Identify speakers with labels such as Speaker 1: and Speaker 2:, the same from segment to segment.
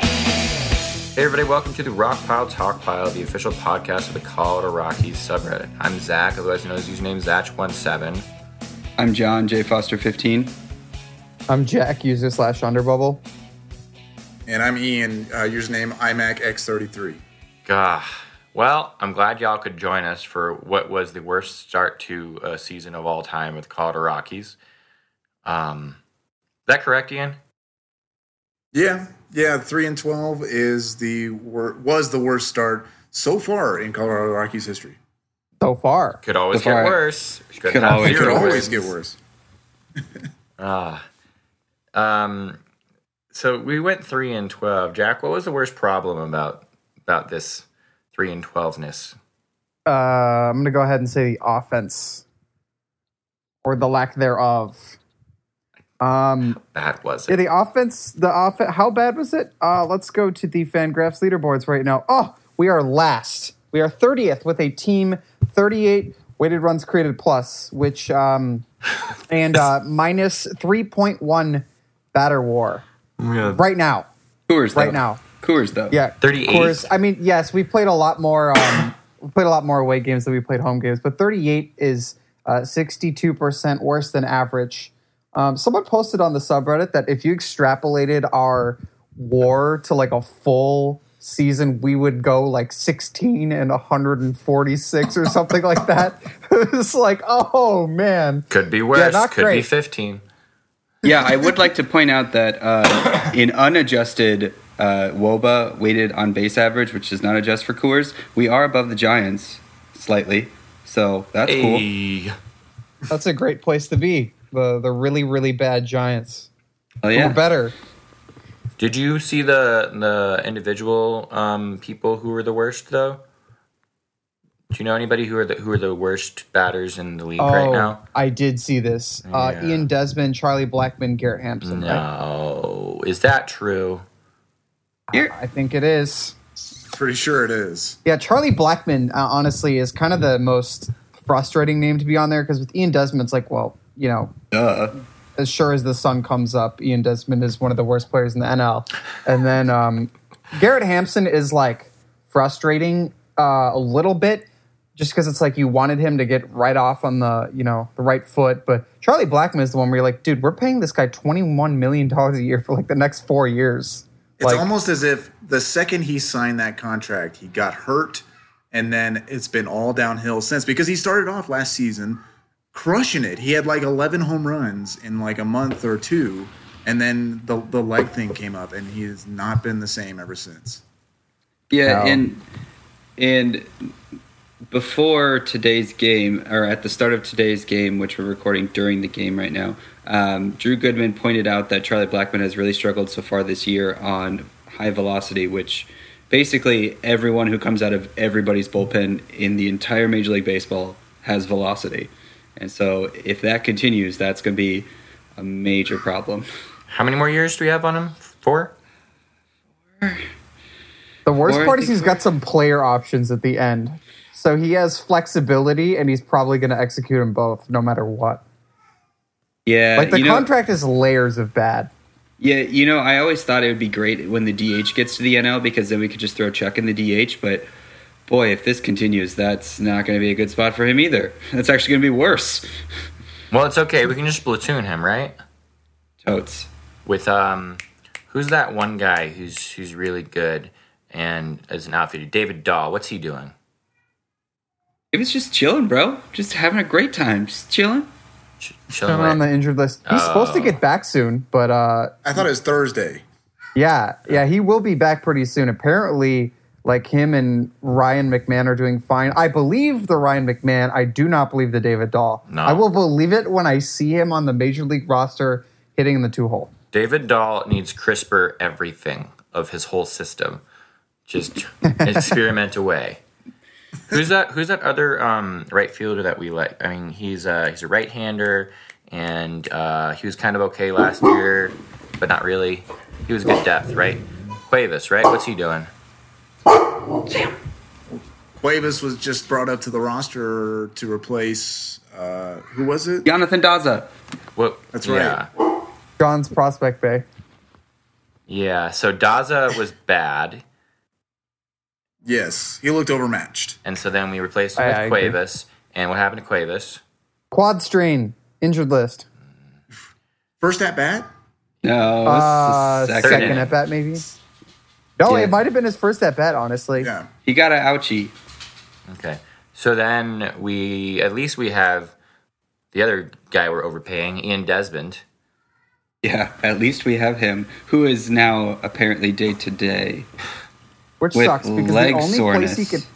Speaker 1: Hey everybody, welcome to the Rock Pile Talk Pile, the official podcast of the Colorado Rockies subreddit. I'm Zach, otherwise known as username Zach17.
Speaker 2: I'm John J. Foster 15.
Speaker 3: I'm Jack, user slash underbubble.
Speaker 4: And I'm Ian, uh, username IMACX33.
Speaker 1: Gah. Well, I'm glad y'all could join us for what was the worst start to a season of all time with the Colorado Rockies. Um, is that correct, Ian?
Speaker 4: Yeah, yeah, 3 and 12 is the wor- was the worst start so far in Colorado Rockies history.
Speaker 3: So far,
Speaker 1: Could always
Speaker 2: Before
Speaker 1: get
Speaker 2: I-
Speaker 1: worse.
Speaker 2: Could
Speaker 1: have
Speaker 2: always-
Speaker 4: It could
Speaker 1: zero wins.
Speaker 4: always get worse.
Speaker 1: Ah. Um so we went 3 and 12. Jack, what was the worst problem about about this 3 and 12ness?
Speaker 3: uh, I'm going to go ahead and say the offense or the lack thereof. Um,
Speaker 1: That was
Speaker 3: yeah,
Speaker 1: it.
Speaker 3: the offense, the offense, how bad was it? Uh, let's go to the Fangraphs leaderboards right now. Oh, we are last. We are 30th with a team 38 weighted runs created plus, which, um, and uh, minus 3.1 batter war right now.
Speaker 2: Coors, though.
Speaker 3: Right now.
Speaker 2: Coors, though.
Speaker 3: Yeah,
Speaker 1: 38?
Speaker 3: course, I mean, yes, we played a lot more. Um, we played a lot more away games than we played home games, but 38 is uh, 62 percent worse than average. Um, someone posted on the subreddit that if you extrapolated our WAR to like a full season, we would go like 16 and 146 or something like that. it's like, oh man,
Speaker 1: Could be worse.
Speaker 3: not
Speaker 1: Could be
Speaker 3: great.
Speaker 1: 15.
Speaker 2: Yeah, I would like to point out that uh, in unadjusted uh, WOBA weighted on base average, which does not adjust for Coors, we are above the Giants slightly. So that's cool.
Speaker 1: Ayy.
Speaker 3: that's a great place to be. The the really really bad Giants.
Speaker 2: Oh,
Speaker 3: we
Speaker 2: yeah.
Speaker 3: We're better.
Speaker 1: Did you see the the individual um, people who were the worst though? Do you know anybody who are the who are the worst batters in the league right now?
Speaker 3: Oh, I did see this. Uh,
Speaker 1: Yeah. Mm,
Speaker 3: Ian Desmond, Charlie Blackman, Garrett Hampson. right?
Speaker 1: No, is that true?
Speaker 2: Here-
Speaker 3: I think it is.
Speaker 4: Pretty sure it is.
Speaker 3: Yeah, Charlie Blackman, uh, honestly, is kind of the most frustrating name to be on there because with Ian Desmond, it's like, well, you know,
Speaker 2: Duh.
Speaker 3: as sure as the sun comes up, Ian Desmond is one of the worst players in the NL. And then um, Garrett Hampson is like frustrating uh, a little bit just because it's like you wanted him to get right off on the, you know, the right foot. But Charlie Blackman is the one where you're like, dude, we're paying this guy $21 million a year for like the next four years.
Speaker 4: It's
Speaker 3: like,
Speaker 4: almost as if the second he signed that contract, he got hurt, and then it's been all downhill since because he started off last season crushing it. He had like 11 home runs in like a month or two, and then the, the leg thing came up, and he has not been the same ever since.
Speaker 2: Yeah,
Speaker 3: No.
Speaker 2: and and before today's game, or at the start of today's game, which we're recording during the game right now, um, Drew Goodman pointed out that Charlie Blackman has really struggled so far this year on high velocity, which basically everyone who comes out of everybody's bullpen in the entire Major League Baseball has velocity, and so if that continues, that's going to be a major problem.
Speaker 1: How many more years do we have on him? Four.
Speaker 3: The worst
Speaker 2: Or I
Speaker 3: part is
Speaker 2: think-
Speaker 3: he's got some player options at the end. So he has flexibility and he's probably going to execute them both no matter what.
Speaker 2: Yeah,
Speaker 3: Like the
Speaker 2: Uh, you know-
Speaker 3: contract is layers of bad.
Speaker 2: Yeah, you know, I always thought it would be great when the DH gets to the NL because then we could just throw Chuck in the DH. But boy, if this continues, that's not going to be a good spot for him either. That's actually going to be worse.
Speaker 1: Well, it's okay. We can just platoon him, right?
Speaker 2: Totes.
Speaker 1: With um, who's that one guy who's who's really good and as an outfielder? David Dahl. What's he doing?
Speaker 2: It was just chilling, bro. Just having a great time. Just chilling.
Speaker 1: Ch-
Speaker 3: Put
Speaker 1: Chilling
Speaker 3: him on the
Speaker 1: away.
Speaker 3: injured list. He's supposed to get back soon, but uh,
Speaker 4: I thought it was Thursday.
Speaker 3: yeah, yeah, he will be back pretty soon. Apparently, like him and Ryan McMahon are doing fine. I believe the Ryan McMahon. I do not believe the David Dahl.
Speaker 1: No.
Speaker 3: I will believe it when I see him on the major league roster hitting in the two hole.
Speaker 1: David Dahl needs CRISPR everything of his whole system. Just experiment away. Who's that? Who's that other um, right fielder that we like? I mean, he's uh, he's a right-hander, and uh, he was kind of okay last year, but not really. He was good depth, right? Cuevas, right? What's he doing?
Speaker 4: Cuevas was just brought up to the roster to replace Uh, who was it?
Speaker 2: Jonathan Daza.
Speaker 1: Well,
Speaker 4: That's
Speaker 1: yeah.
Speaker 3: John's Prospect Bay.
Speaker 1: Yeah. So Daza was bad,
Speaker 4: Yes, he looked overmatched.
Speaker 1: and so then we replaced him
Speaker 3: I-
Speaker 1: with
Speaker 3: I agree.
Speaker 1: Cuevas. And what happened to Cuevas?
Speaker 3: Quad strain, injured list.
Speaker 4: First at bat,
Speaker 2: No,
Speaker 3: Uh,
Speaker 2: Oh, this is the
Speaker 3: second,
Speaker 2: second.
Speaker 1: inning.
Speaker 3: at bat, maybe. No,
Speaker 2: Yeah.
Speaker 3: it might have been his first at bat, honestly.
Speaker 4: yeah,
Speaker 2: He got an ouchie.
Speaker 1: Okay. So then we at least we have the other guy we're overpaying, Ian Desmond.
Speaker 2: Yeah, at least we have him, who is now apparently day to day
Speaker 3: Which
Speaker 2: with
Speaker 3: sucks because the
Speaker 2: leg
Speaker 3: only
Speaker 2: soreness.
Speaker 3: place he could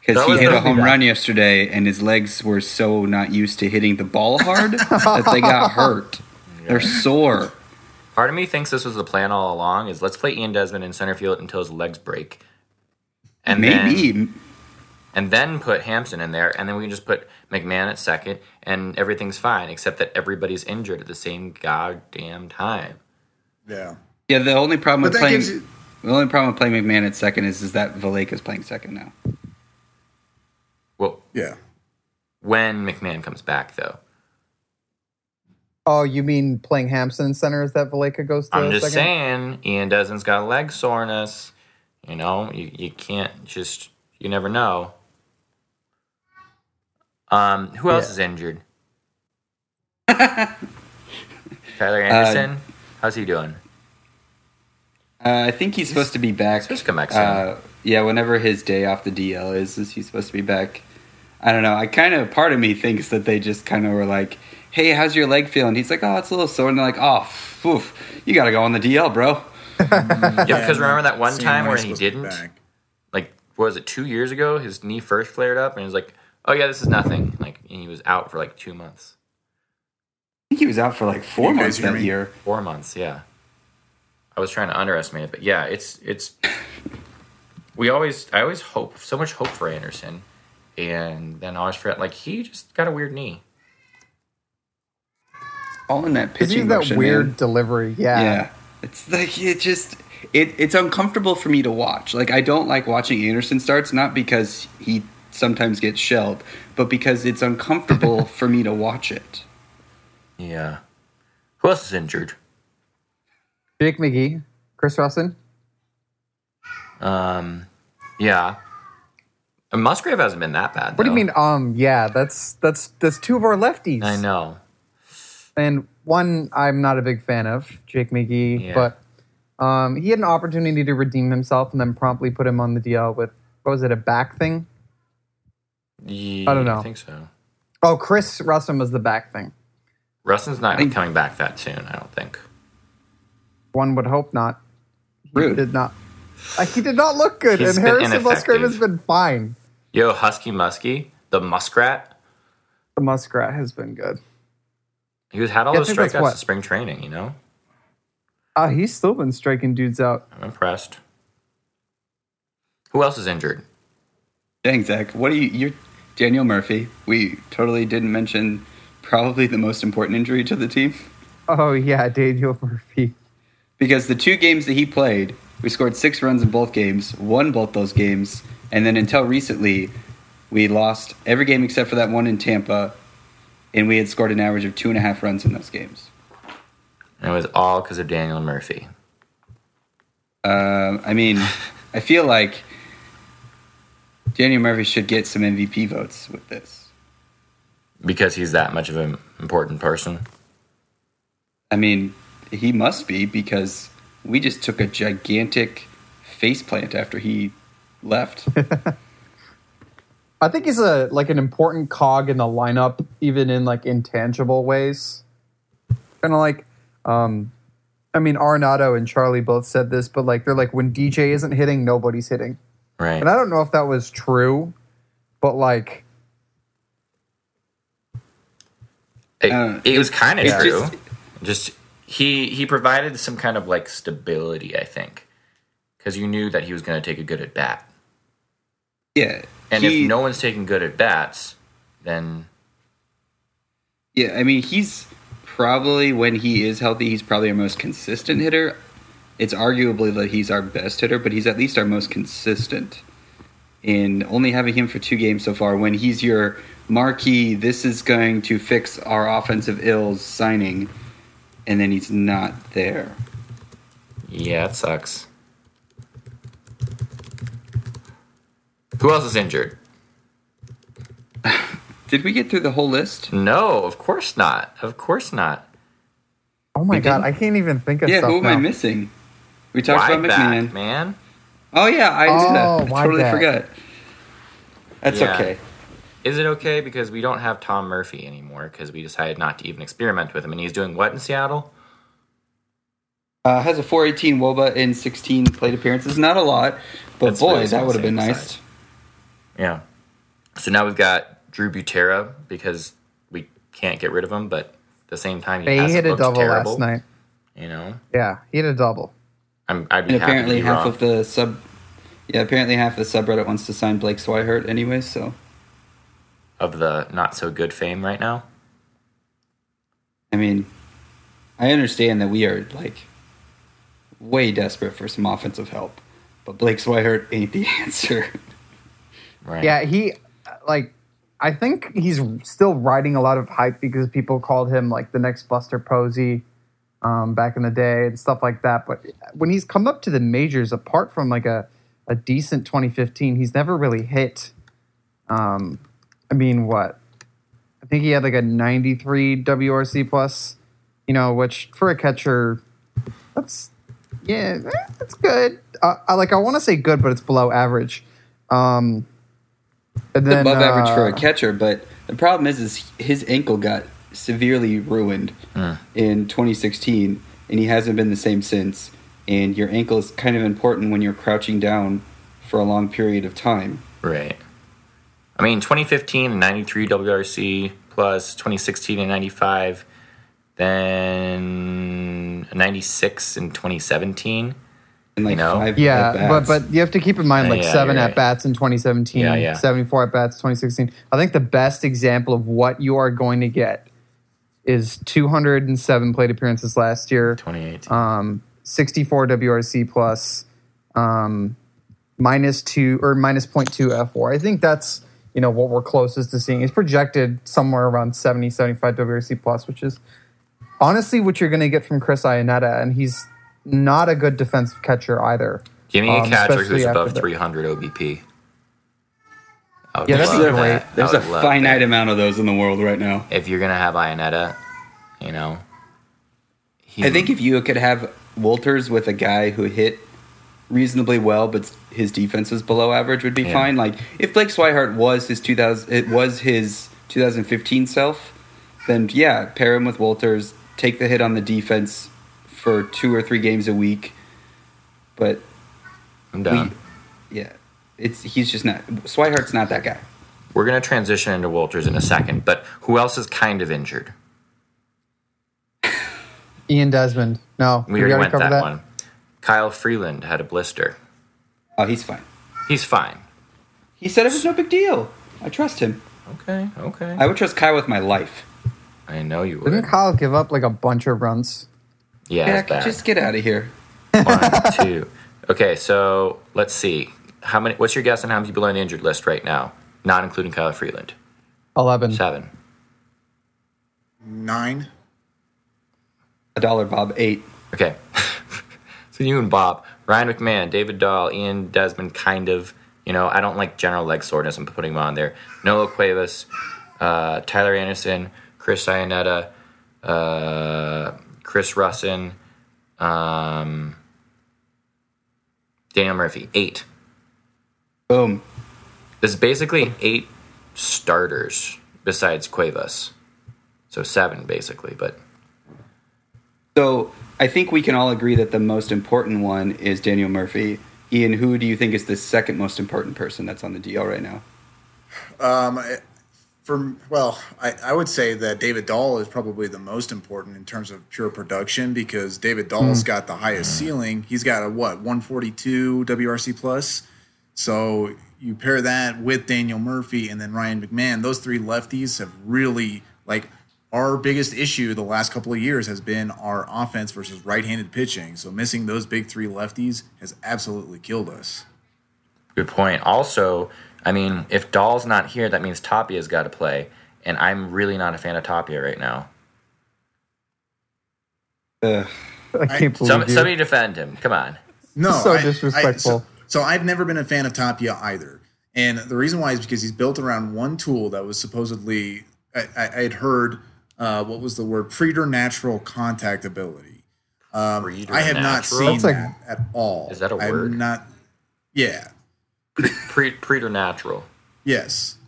Speaker 2: Because
Speaker 1: That
Speaker 2: he
Speaker 1: was
Speaker 2: hit
Speaker 1: the-
Speaker 2: a home run yesterday, and his legs were so not used to hitting the ball hard that they got hurt. They're sore.
Speaker 1: Part of me thinks this was the plan all along: is let's play Ian Desmond in center field until his legs break, and
Speaker 2: Maybe
Speaker 1: then, and then put Hampson in there, and then we can just put McMahon at second, and everything's fine, except that everybody's injured at the same goddamn time.
Speaker 4: yeah.
Speaker 2: Yeah, the only problem with
Speaker 4: But that
Speaker 2: playing
Speaker 4: gives you-
Speaker 2: the only problem with playing McMahon at second is is that Valleca's playing second now.
Speaker 1: Well,
Speaker 4: Yeah.
Speaker 1: when McMahon comes back, though,
Speaker 3: Oh, you mean playing Hampson in center is that Valleca goes to
Speaker 1: I'm just
Speaker 3: second?
Speaker 1: saying Ian Desmond's got leg soreness. You know, you, you can't just you never know. Um, who else
Speaker 3: Yeah.
Speaker 1: is injured?
Speaker 3: Uh,
Speaker 1: Tyler Anderson, how's he doing?
Speaker 2: Uh, I think he's supposed to be back.
Speaker 1: supposed to come back soon.
Speaker 2: Uh, yeah, whenever his day off the DL is, is he supposed to be back? I don't know. I kind of part of me thinks that they just kind of were like, "Hey, how's your leg feeling?" He's like, "Oh, it's a little sore," and they're like, "Oh, oof, you got to go on the DL, bro."
Speaker 1: Yeah, because remember that one
Speaker 4: Seeing
Speaker 1: time
Speaker 4: when
Speaker 1: where
Speaker 4: he's
Speaker 1: he
Speaker 4: supposed to be
Speaker 1: didn't,
Speaker 4: back.
Speaker 1: like, what was it two years ago? His knee first flared up, and he was like, "Oh yeah, this is nothing." Like, and he was out for like two months,
Speaker 2: I think he was out for like four
Speaker 4: Can you
Speaker 2: months
Speaker 4: guys hear
Speaker 2: that
Speaker 4: me?
Speaker 2: year.
Speaker 1: four months. Yeah, I was trying to underestimate it, but yeah, it's it's. We always, I always hope so much hope for Anderson, and then I always forget. Like he just got a weird knee.
Speaker 2: All in that
Speaker 3: Because he
Speaker 2: pitching
Speaker 3: has that
Speaker 2: motion,
Speaker 3: weird
Speaker 2: man.
Speaker 3: delivery. Yeah.
Speaker 2: Yeah, it's like it just it it's uncomfortable for me to watch. Like I don't like watching Anderson starts, not because he sometimes gets shelled, but because it's uncomfortable for me to watch it.
Speaker 1: Yeah. Who else is injured?
Speaker 3: Jake McGee, Chris Russin.
Speaker 1: Um, yeah. And Musgrave hasn't been that bad.
Speaker 3: What do you
Speaker 1: though.
Speaker 3: mean? Um, yeah, that's that's that's two of our lefties.
Speaker 1: I know.
Speaker 3: And one I'm not a big fan of, Jake McGee,
Speaker 1: Yeah.
Speaker 3: but um, he had an opportunity to redeem himself and then promptly put him on the DL with what was it, a back thing?
Speaker 1: Ye-
Speaker 3: I don't know.
Speaker 1: I think so.
Speaker 3: Oh, Chris Russin was the back thing.
Speaker 1: Rustin's not
Speaker 2: think-
Speaker 1: coming back that soon. I don't think.
Speaker 3: One would hope not. He
Speaker 2: Rude.
Speaker 3: did not. uh, he did not look good,
Speaker 1: He's
Speaker 3: and
Speaker 1: been
Speaker 3: Harrison Musgrave has been fine.
Speaker 1: Yo, Husky Muskie, the muskrat.
Speaker 3: The Muskrat has been good.
Speaker 1: He was had all
Speaker 3: Yeah, I
Speaker 1: those
Speaker 3: think that's
Speaker 1: strikeouts
Speaker 3: what-
Speaker 1: at spring training. You know,
Speaker 3: Uh, he's still been striking dudes out.
Speaker 1: I'm impressed. Who else is injured?
Speaker 2: Dang, Zach, what do you? You're Daniel Murphy. We totally didn't mention probably the most important injury to the team
Speaker 3: Oh yeah, Daniel Murphy.
Speaker 2: because the two games that he played, we scored six runs in both games, won both those games, and then until recently, we lost every game except for that one in Tampa, and we had scored an average of two and a half runs in those games.
Speaker 1: And it was all because of Daniel Murphy.
Speaker 2: Uh, I mean, I feel like Daniel Murphy should get some MVP votes with this.
Speaker 1: because he's that much of an important person.
Speaker 2: I mean, he must be because we just took a gigantic faceplant after he left.
Speaker 3: I think he's a like an important cog in the lineup, even in like intangible ways. Kind of like, um, I mean, Arenado and Charlie both said this, but like they're like when DJ isn't hitting, nobody's hitting.
Speaker 1: Right.
Speaker 3: And I don't know if that was true, but like
Speaker 1: It,
Speaker 2: Uh,
Speaker 1: it was kind of
Speaker 2: it's
Speaker 1: true.
Speaker 2: just-
Speaker 1: Just, he he provided some kind of like stability, I think, because you knew that he was going to take a good at bat.
Speaker 2: yeah,
Speaker 1: And
Speaker 2: he-
Speaker 1: if no one's taking good at bats, then
Speaker 2: Yeah, I mean, he's probably when he is healthy, he's probably our most consistent hitter. It's arguably that he's our best hitter, but he's at least our most consistent. in only having him for two games so far when he's your marquee, this is going to fix our offensive ills signing, and then he's not there.
Speaker 1: Yeah, it sucks. Who else is injured?
Speaker 2: Did we get through the whole list?
Speaker 1: No, of course not. Of course not.
Speaker 3: Oh my
Speaker 2: We
Speaker 3: god,
Speaker 2: didn't-
Speaker 3: I can't even think of
Speaker 2: yeah,
Speaker 3: stuff
Speaker 2: who am
Speaker 3: now.
Speaker 2: I missing? We talked
Speaker 1: Wide
Speaker 2: about
Speaker 1: back,
Speaker 2: McMahon.
Speaker 1: man.
Speaker 2: Oh yeah, I,
Speaker 3: Oh,
Speaker 2: did that. I
Speaker 3: wide
Speaker 2: totally
Speaker 3: back.
Speaker 2: forgot. That's
Speaker 1: Yeah.
Speaker 2: okay.
Speaker 1: Is it okay because we don't have Tom Murphy anymore because we decided not to even experiment with him and he's doing what in Seattle?
Speaker 2: Uh, has a 418 woba in 16 plate appearances. Not a lot, but
Speaker 1: That's
Speaker 2: boy,
Speaker 1: really
Speaker 2: that would have been
Speaker 1: insane
Speaker 2: nice.
Speaker 1: size. Yeah. So now we've got Drew Butera because we can't get rid of him, but at the same time he
Speaker 3: They
Speaker 1: hasn't
Speaker 3: hit a
Speaker 1: looked
Speaker 3: double
Speaker 1: terrible.
Speaker 3: last night.
Speaker 1: You know,
Speaker 3: Yeah, he hit a double.
Speaker 1: I'm, I'd be
Speaker 2: And
Speaker 1: happy
Speaker 2: apparently
Speaker 1: to be
Speaker 2: half
Speaker 1: wrong.
Speaker 2: of the sub, yeah, apparently half of the subreddit wants to sign Blake Swihart anyway. So
Speaker 1: of the not so good fame right now.
Speaker 2: I mean, I understand that we are like way desperate for some offensive help, but Blake Swihart ain't the answer.
Speaker 1: Right.
Speaker 3: Yeah, he like I think he's still riding a lot of hype because people called him like the next Buster Posey um, back in the day and stuff like that. But when he's come up to the majors, apart from like a, a decent 2015, he's never really hit. Um, I mean, what? I think he had like a 93 WRC plus, you know, which for a catcher, that's yeah, eh, that's good. Uh, I like I want to say good, but it's below average. Um, and then,
Speaker 2: above average for
Speaker 3: uh,
Speaker 2: a catcher, but the problem is, is his ankle got severely ruined
Speaker 3: Hmm.
Speaker 2: in 2016, and he hasn't been the same since. And your ankle is kind of important when you're crouching down for a long period of time.
Speaker 1: Right. I mean, 2015, 93 WRC plus 2016 and 95, then 96 and 2017.
Speaker 2: And like
Speaker 1: You know?
Speaker 2: five
Speaker 3: Yeah, but
Speaker 2: at-bats.
Speaker 3: but you have to keep in mind
Speaker 1: Yeah,
Speaker 3: like
Speaker 1: yeah,
Speaker 3: seven
Speaker 1: you're
Speaker 3: at
Speaker 1: right.
Speaker 3: bats in 2017,
Speaker 1: Yeah, yeah.
Speaker 3: 74 at bats 2016. I think the best example of what you are going to get is 207 plate appearances last year,
Speaker 1: 2018.
Speaker 3: um, 64 WRC plus, um, minus two or minus 0.2 F4. I think that's you know what we're closest to seeing. It's projected somewhere around 70, 75 WRC plus, which is honestly what you're going to get from Chris Ionetta, and he's not a good defensive catcher either.
Speaker 1: Give me a
Speaker 3: um,
Speaker 1: catcher
Speaker 3: especially
Speaker 1: who's
Speaker 3: after
Speaker 1: above
Speaker 3: the-
Speaker 1: 300 OBP. I would
Speaker 3: Yeah, that'd be
Speaker 1: love
Speaker 3: great.
Speaker 1: I
Speaker 2: there's a
Speaker 1: would love
Speaker 2: finite amount of those in the world right now.
Speaker 1: that. If you're going to have Ionetta, you know. He,
Speaker 2: I think
Speaker 1: Mm-hmm.
Speaker 2: if you could have Walters with a guy who hit reasonably well, but his defense was below average, would be
Speaker 1: Yeah.
Speaker 2: fine. Like if Blake Swihart was his 2000, it was his 2015 self, then yeah, pair him with Walters, take the hit on the defense for two or three games a week. But
Speaker 1: I'm done.
Speaker 2: we, yeah, it's he's just not Swihart's not that guy.
Speaker 1: We, are going to transition into Walters in a second, but who else is kind of injured?
Speaker 3: Ian Desmond. No,
Speaker 1: We
Speaker 3: did
Speaker 1: already went that, one. Kyle Freeland had a blister.
Speaker 2: Oh, he's fine.
Speaker 1: He's fine.
Speaker 2: He said it was no big deal. I trust him.
Speaker 1: Okay, okay.
Speaker 2: I would trust Kyle with my life.
Speaker 1: I know you would.
Speaker 3: Didn't Kyle give up like a bunch of runs?
Speaker 1: yeah,
Speaker 2: Yeah,
Speaker 1: it's bad.
Speaker 2: just get out of here.
Speaker 1: One, two. Okay, so let's see. How many? What's your guess on how many people on the injured list right now, not including Kyle Freeland?
Speaker 3: Eleven.
Speaker 1: Seven.
Speaker 4: Nine.
Speaker 2: A dollar, Bob. Eight.
Speaker 1: Okay. so you and Bob, Ryan McMahon, David Dahl, Ian Desmond, kind of. You know, I don't like general leg soreness. I'm putting him on there. Nolo Cuevas, uh, Tyler Anderson, Chris Ionetta, uh, Chris Russin, um, Daniel Murphy. Eight.
Speaker 2: Boom.
Speaker 1: There's basically eight starters besides Cuevas. So seven, basically. But
Speaker 2: So I think we can all agree that the most important one is Daniel Murphy. Ian, who do you think is the second most important person that's on the DL right now?
Speaker 4: Um, I- for well, I, I would say that David Dahl is probably the most important in terms of pure production because David Dahl's got the highest ceiling. He's got a what 142 WRC plus. So you pair that with Daniel Murphy and then Ryan McMahon. Those three lefties have really like our biggest issue the last couple of years has been our offense versus right-handed pitching. So missing those big three lefties has absolutely killed us.
Speaker 1: Good point. Also, I mean, if Doll's not here, that means Tapia's got to play, and I'm really not a fan of Tapia right now.
Speaker 2: Ugh.
Speaker 3: I can't believe
Speaker 1: Some,
Speaker 3: you.
Speaker 1: somebody defend him. Come on.
Speaker 4: No,
Speaker 3: So
Speaker 4: I- I-
Speaker 3: disrespectful.
Speaker 4: so, so I've never been a fan of Tapia either, and the reason why is because he's built around one tool that was supposedly I, I, I had heard uh, what was the word preternatural contact ability. Um, I have
Speaker 1: Preternatural?
Speaker 4: not seen
Speaker 3: That's like-
Speaker 4: that at all.
Speaker 1: Is that a
Speaker 4: I'm
Speaker 1: word?
Speaker 4: Not. Yeah.
Speaker 1: Pre- preternatural.
Speaker 4: Yes.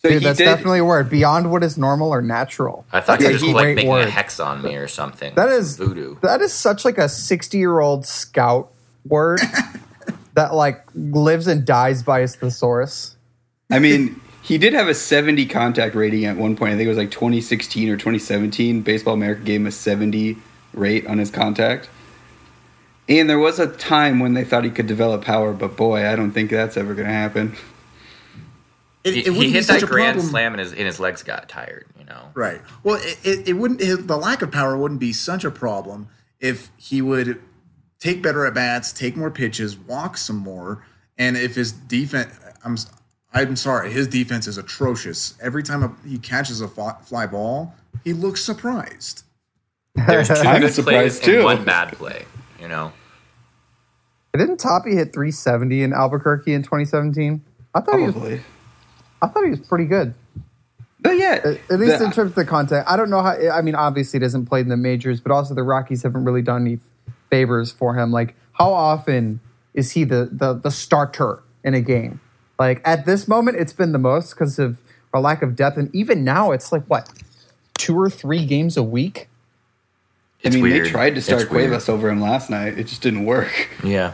Speaker 2: So
Speaker 3: Dude,
Speaker 2: he
Speaker 3: that's
Speaker 2: did-
Speaker 3: definitely a word. Beyond what is normal or natural.
Speaker 1: I thought
Speaker 3: that's
Speaker 1: you were
Speaker 3: a
Speaker 1: just like
Speaker 3: great
Speaker 1: making
Speaker 3: word.
Speaker 1: a hex on me or something.
Speaker 3: That is-
Speaker 1: voodoo.
Speaker 3: That is such like a sixty-year-old scout word that like lives and dies by his thesaurus.
Speaker 2: I mean, he did have a 70 contact rating at one point. I think it was like 2016 or 2017. Baseball America gave him a 70 rate on his contact. And there was a time when they thought he could develop power, but boy, I don't think that's ever going to happen.
Speaker 4: It,
Speaker 1: He,
Speaker 4: it wouldn't
Speaker 1: he
Speaker 4: be
Speaker 1: hit
Speaker 4: such
Speaker 1: that
Speaker 4: a
Speaker 1: grand
Speaker 4: problem.
Speaker 1: slam and his, and his legs got tired, you know?
Speaker 4: Right. Well, it, it, it wouldn't. It, the lack of power wouldn't be such a problem if he would take better at bats, take more pitches, walk some more, and if his defense. I'm s- I'm sorry, his defense is atrocious. Every time a, he catches a fly, fly ball, he looks surprised.
Speaker 1: There's two
Speaker 2: I'm
Speaker 1: good plays
Speaker 2: surprised
Speaker 1: and
Speaker 2: too.
Speaker 1: one bad play, you know?
Speaker 3: Didn't Toppy hit three seventy in Albuquerque in twenty seventeen? I thought he was,
Speaker 2: Probably.
Speaker 3: I thought he was pretty good.
Speaker 2: But yeah,
Speaker 3: At, at least
Speaker 2: the-
Speaker 3: in terms of the contact. I don't know how. I mean, obviously, it hasn't played in the majors, but also the Rockies haven't really done any favors for him. Like, how often is he the the, the starter in a game? Like at this moment, it's been the most because of our lack of depth, and even now, it's like what two or three games a week.
Speaker 2: I
Speaker 1: It's
Speaker 2: mean,
Speaker 1: weird.
Speaker 2: they tried to start
Speaker 1: It's weird.
Speaker 2: Cuevas over him last night. It just didn't work.
Speaker 1: Yeah.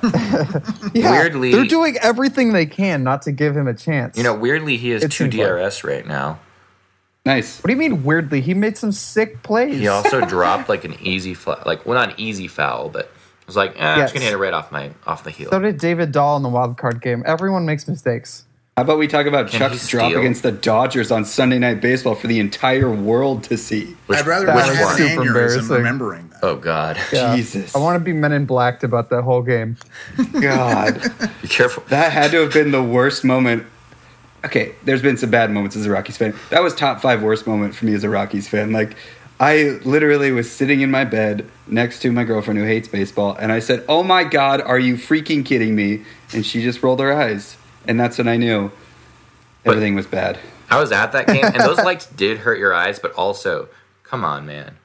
Speaker 3: Yeah,
Speaker 1: Weirdly-
Speaker 3: they're doing everything they can not to give him a chance.
Speaker 1: You know, weirdly, he has
Speaker 3: It's
Speaker 1: two
Speaker 3: been fun.
Speaker 1: DRS right now.
Speaker 2: Nice.
Speaker 3: what do you mean? Weirdly, he made some sick plays.
Speaker 1: He also dropped like an easy, fl- like well, not an easy foul, but it was like, eh, I'm
Speaker 3: Yes.
Speaker 1: just gonna hit it right off my off the heel.
Speaker 3: So did David Dahl in the wild card game. Everyone makes mistakes.
Speaker 2: How about we talk about
Speaker 1: Can
Speaker 2: Chuck's
Speaker 1: he
Speaker 2: drop
Speaker 1: steal?
Speaker 2: against the Dodgers on Sunday Night Baseball for the entire world to see?
Speaker 1: Which-
Speaker 4: I'd rather
Speaker 3: That
Speaker 4: not
Speaker 3: was
Speaker 4: have an
Speaker 3: super
Speaker 4: aneurysm
Speaker 3: embarrassing.
Speaker 4: remembering that.
Speaker 1: Oh God,
Speaker 3: Yeah.
Speaker 2: Jesus.
Speaker 3: I want to be men in blacked about that whole game.
Speaker 2: God.
Speaker 1: be careful.
Speaker 2: That had to have been the worst moment. Okay, there's been some bad moments as a Rockies fan. That was top five worst moment for me as a Rockies fan. Like, I literally was sitting in my bed next to my girlfriend who hates baseball, and I said, "Oh my God, are you freaking kidding me?" And she just rolled her eyes, and that's when I knew
Speaker 1: But-
Speaker 2: everything was bad.
Speaker 1: I was at that game, and those lights did hurt your eyes, but also, come on, man,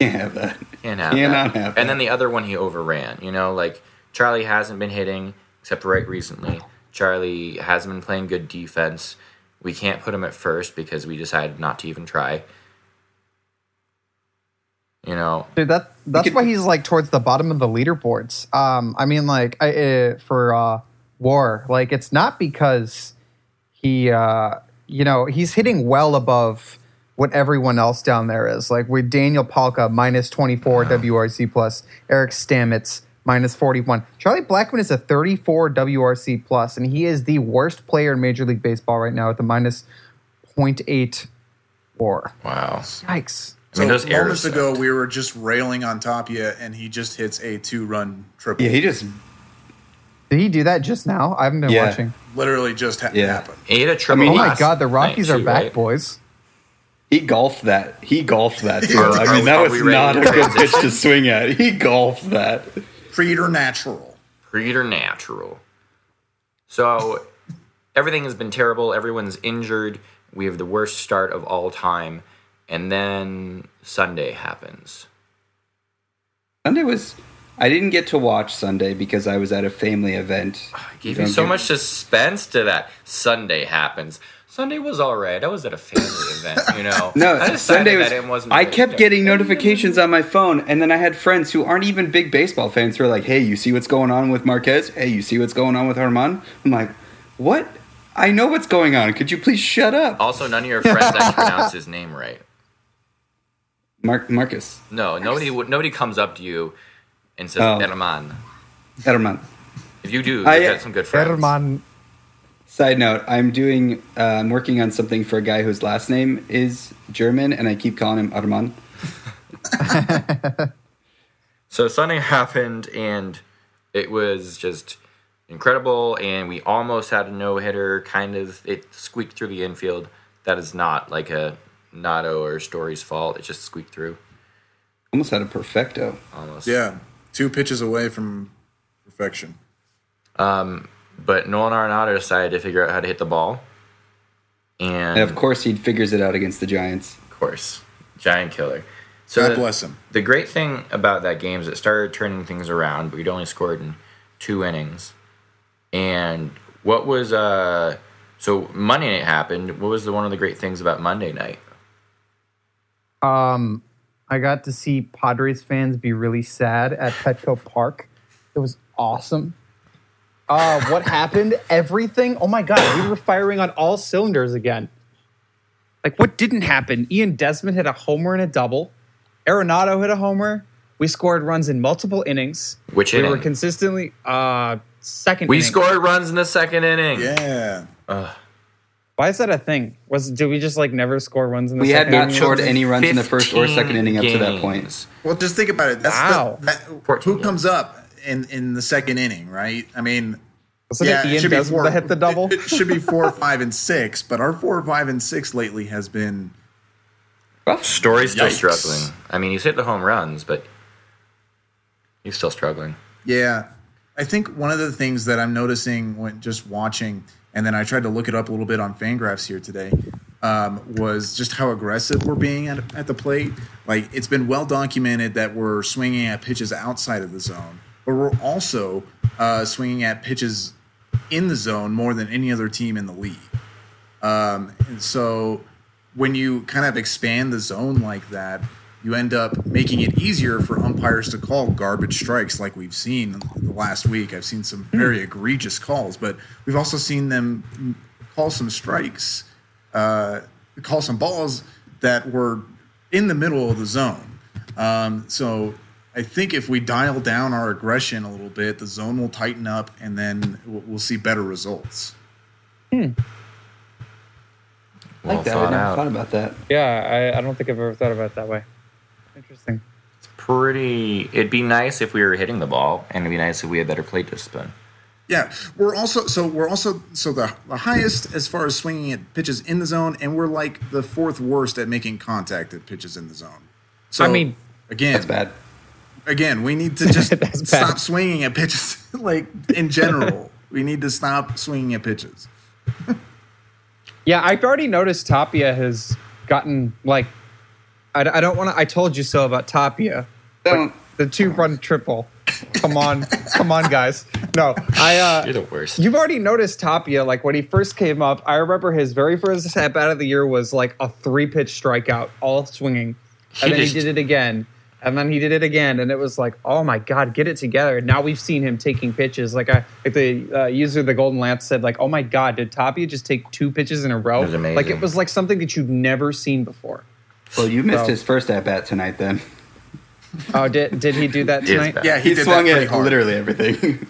Speaker 2: Can't have that.
Speaker 1: can't have
Speaker 2: Cannot
Speaker 1: that.
Speaker 2: have
Speaker 1: and
Speaker 2: that.
Speaker 1: then the other one he overran. You know, like Charlie hasn't been hitting except right recently. Charlie hasn't been playing good defense. We can't put him at first because we decided not to even try. You know,
Speaker 3: Dude, that that's
Speaker 2: could-
Speaker 3: why he's like towards the bottom of the leaderboards. Um, I mean, like I, uh, for uh, WAR, like it's not because he, uh, you know, he's hitting well above what everyone else down there is. Like with Daniel Palka minus twenty four WRC plus, Eric Stamets minus forty one. Charlie Blackman is a thirty four WRC plus, and he is the worst player in Major League Baseball right now at the minus 0.8 WAR.
Speaker 1: wow.
Speaker 3: Yikes.
Speaker 1: I mean,
Speaker 4: so
Speaker 1: those
Speaker 4: moments
Speaker 1: errors
Speaker 4: ago, we were just railing on Tapia, and he just hits a two-run triple.
Speaker 2: Yeah, he just
Speaker 3: Did he do that just now? I haven't been
Speaker 2: Yeah.
Speaker 3: watching.
Speaker 4: Literally just ha-
Speaker 2: Yeah.
Speaker 4: happened.
Speaker 1: He hit a triple.
Speaker 2: I mean,
Speaker 3: Oh my
Speaker 1: last
Speaker 3: god, the Rockies
Speaker 1: night,
Speaker 3: are
Speaker 1: too,
Speaker 3: back,
Speaker 1: right?
Speaker 3: boys.
Speaker 2: he golfed that. He golfed that too.
Speaker 1: Are-
Speaker 2: I
Speaker 1: are
Speaker 2: mean,
Speaker 1: we-
Speaker 2: that
Speaker 1: are
Speaker 2: was
Speaker 1: we ready
Speaker 2: not
Speaker 1: to
Speaker 2: a good pitch
Speaker 1: transition?
Speaker 2: to swing at. He golfed that.
Speaker 4: Preternatural.
Speaker 1: Preternatural. So everything has been terrible. Everyone's injured. We have the worst start of all time, and then Sunday happens.
Speaker 2: Sunday was. I didn't get to watch Sunday because I was at a family event.
Speaker 1: I Ah, gave you so much suspense to that. Sunday happens. Sunday was all right. I was at a family event, you know.
Speaker 2: No,
Speaker 1: I decided
Speaker 2: Sunday was.
Speaker 1: that it wasn't
Speaker 2: I
Speaker 1: really
Speaker 2: kept
Speaker 1: good.
Speaker 2: getting notifications on my phone, and then I had friends who aren't even big baseball fans who are like, "Hey, you see what's going on with Marquez? Hey, you see what's going on with Herman?" I'm like, "What? I know what's going on. Could you please shut up,
Speaker 1: Also, none of your friends actually pronounce his name right.
Speaker 2: Mar- Marcus
Speaker 1: No, nobody. would- Nobody comes up to you and says
Speaker 2: Oh.
Speaker 1: Herman.
Speaker 2: Herman?"
Speaker 1: If you do,
Speaker 2: I-
Speaker 1: you've got some good friends.
Speaker 3: Herman.
Speaker 2: Side note: I'm doing. Uh, I'm working on something for a guy whose last name is German, and I keep calling him Herman.
Speaker 1: So Sunday happened, and it was just incredible, and we almost had a no hitter. Kind of, it squeaked through the infield. That is not like a Nato or Story's fault. It just squeaked through
Speaker 2: Almost had a perfecto.
Speaker 1: almost.
Speaker 4: Yeah, two pitches away from perfection.
Speaker 1: But Nolan Arenado decided to figure out how to hit the ball, and,
Speaker 2: And of course, he figures it out against the Giants.
Speaker 1: of course, giant killer. So
Speaker 4: God
Speaker 1: the-
Speaker 4: bless him.
Speaker 1: The great thing about that game is it started turning things around, but we'd only scored in two innings. And what was uh so Monday night happened. What was the one of the great things about Monday night?
Speaker 3: Um, I got to see Padres fans be really sad at Petco Park. It was awesome. Uh, what happened? Everything. Oh my god, we were firing on all cylinders again. Like what didn't happen? Ian Desmond hit a homer and a double. Arenado hit a homer. We scored runs in multiple innings.
Speaker 1: Which
Speaker 3: we
Speaker 1: inning?
Speaker 3: were consistently uh second.
Speaker 1: we
Speaker 3: inning.
Speaker 1: scored runs in the second inning.
Speaker 4: Yeah,
Speaker 3: Why is that a thing? Was do we just like never score runs in the
Speaker 2: We had
Speaker 3: second?
Speaker 2: not
Speaker 3: inning?
Speaker 2: scored any runs in the first or
Speaker 1: 15
Speaker 2: second inning up to that
Speaker 1: games.
Speaker 2: point.
Speaker 4: Well, just think about it. That's
Speaker 3: Wow.
Speaker 4: the, that,
Speaker 1: 14,
Speaker 4: who
Speaker 1: yeah.
Speaker 4: comes up in in the second inning, right? I mean,
Speaker 3: Wasn't
Speaker 4: yeah,
Speaker 3: it
Speaker 4: it
Speaker 3: Ian
Speaker 4: should be
Speaker 3: Desmond
Speaker 4: four.
Speaker 3: that hit the double?
Speaker 4: It, it should be four, five, and six. But our four, five, and six lately has been
Speaker 1: Story's still
Speaker 4: Yikes.
Speaker 1: struggling. I mean, he's hit the home runs, but he's still struggling.
Speaker 4: Yeah. I think one of the things that I'm noticing when just watching, and then I tried to look it up a little bit on Fangraphs here today, um, was just how aggressive we're being at, at the plate. Like, it's been well documented that we're swinging at pitches outside of the zone, but we're also uh, swinging at pitches in the zone more than any other team in the league. Um, and so when you kind of expand the zone like that, you end up making it easier for umpires to call garbage strikes like we've seen the last week. I've seen some very egregious calls, but we've also seen them call some strikes, uh, call some balls that were in the middle of the zone. Um, so I think if we dial down our aggression a little bit, the zone will tighten up and then we'll- we'll see better results.
Speaker 1: Well
Speaker 2: like that. I
Speaker 1: thought
Speaker 2: never
Speaker 1: out.
Speaker 2: thought about that.
Speaker 3: Yeah, I, I don't think I've ever thought about it that way. Interesting.
Speaker 1: Pretty. It'd be nice if we were hitting the ball, and it'd be nice if we had better plate discipline.
Speaker 4: Yeah, we're also so we're also so the the highest as far as swinging at pitches in the zone, and we're like the fourth worst at making contact at pitches in the zone. So
Speaker 3: I mean-
Speaker 4: again,
Speaker 2: That's bad.
Speaker 4: again, we need to just
Speaker 3: That's bad.
Speaker 4: stop swinging at pitches. like in general, we need to stop swinging at pitches.
Speaker 3: Yeah, I've already noticed Tapia has gotten like, I, I don't want to. I told you so about Tapia,
Speaker 2: Don't.
Speaker 3: the two run triple. Come on, come on, guys. No, I. Uh,
Speaker 1: You're the worst.
Speaker 3: You've already noticed Tapia. Like when he first came up, I remember his very first step out of the year was like a three pitch strikeout, all swinging,
Speaker 1: He
Speaker 3: and then
Speaker 1: just-
Speaker 3: he did it again, and then he did it again, and it was like, oh my god, get it together. Now we've seen him taking pitches. Like I, like the uh, user of the Golden Lance said, like, oh my god, did Tapia just take two pitches in a row?
Speaker 1: It was amazing.
Speaker 3: Like it was like something that you've never seen before.
Speaker 2: Well, you missed
Speaker 3: Bro.
Speaker 2: his first at bat tonight. Then
Speaker 3: Oh, did did he do that
Speaker 1: He is
Speaker 3: tonight?
Speaker 1: bad.
Speaker 4: Yeah, he,
Speaker 2: he,
Speaker 4: did
Speaker 2: swung
Speaker 4: that pretty
Speaker 2: at
Speaker 4: hard.
Speaker 2: literally everything.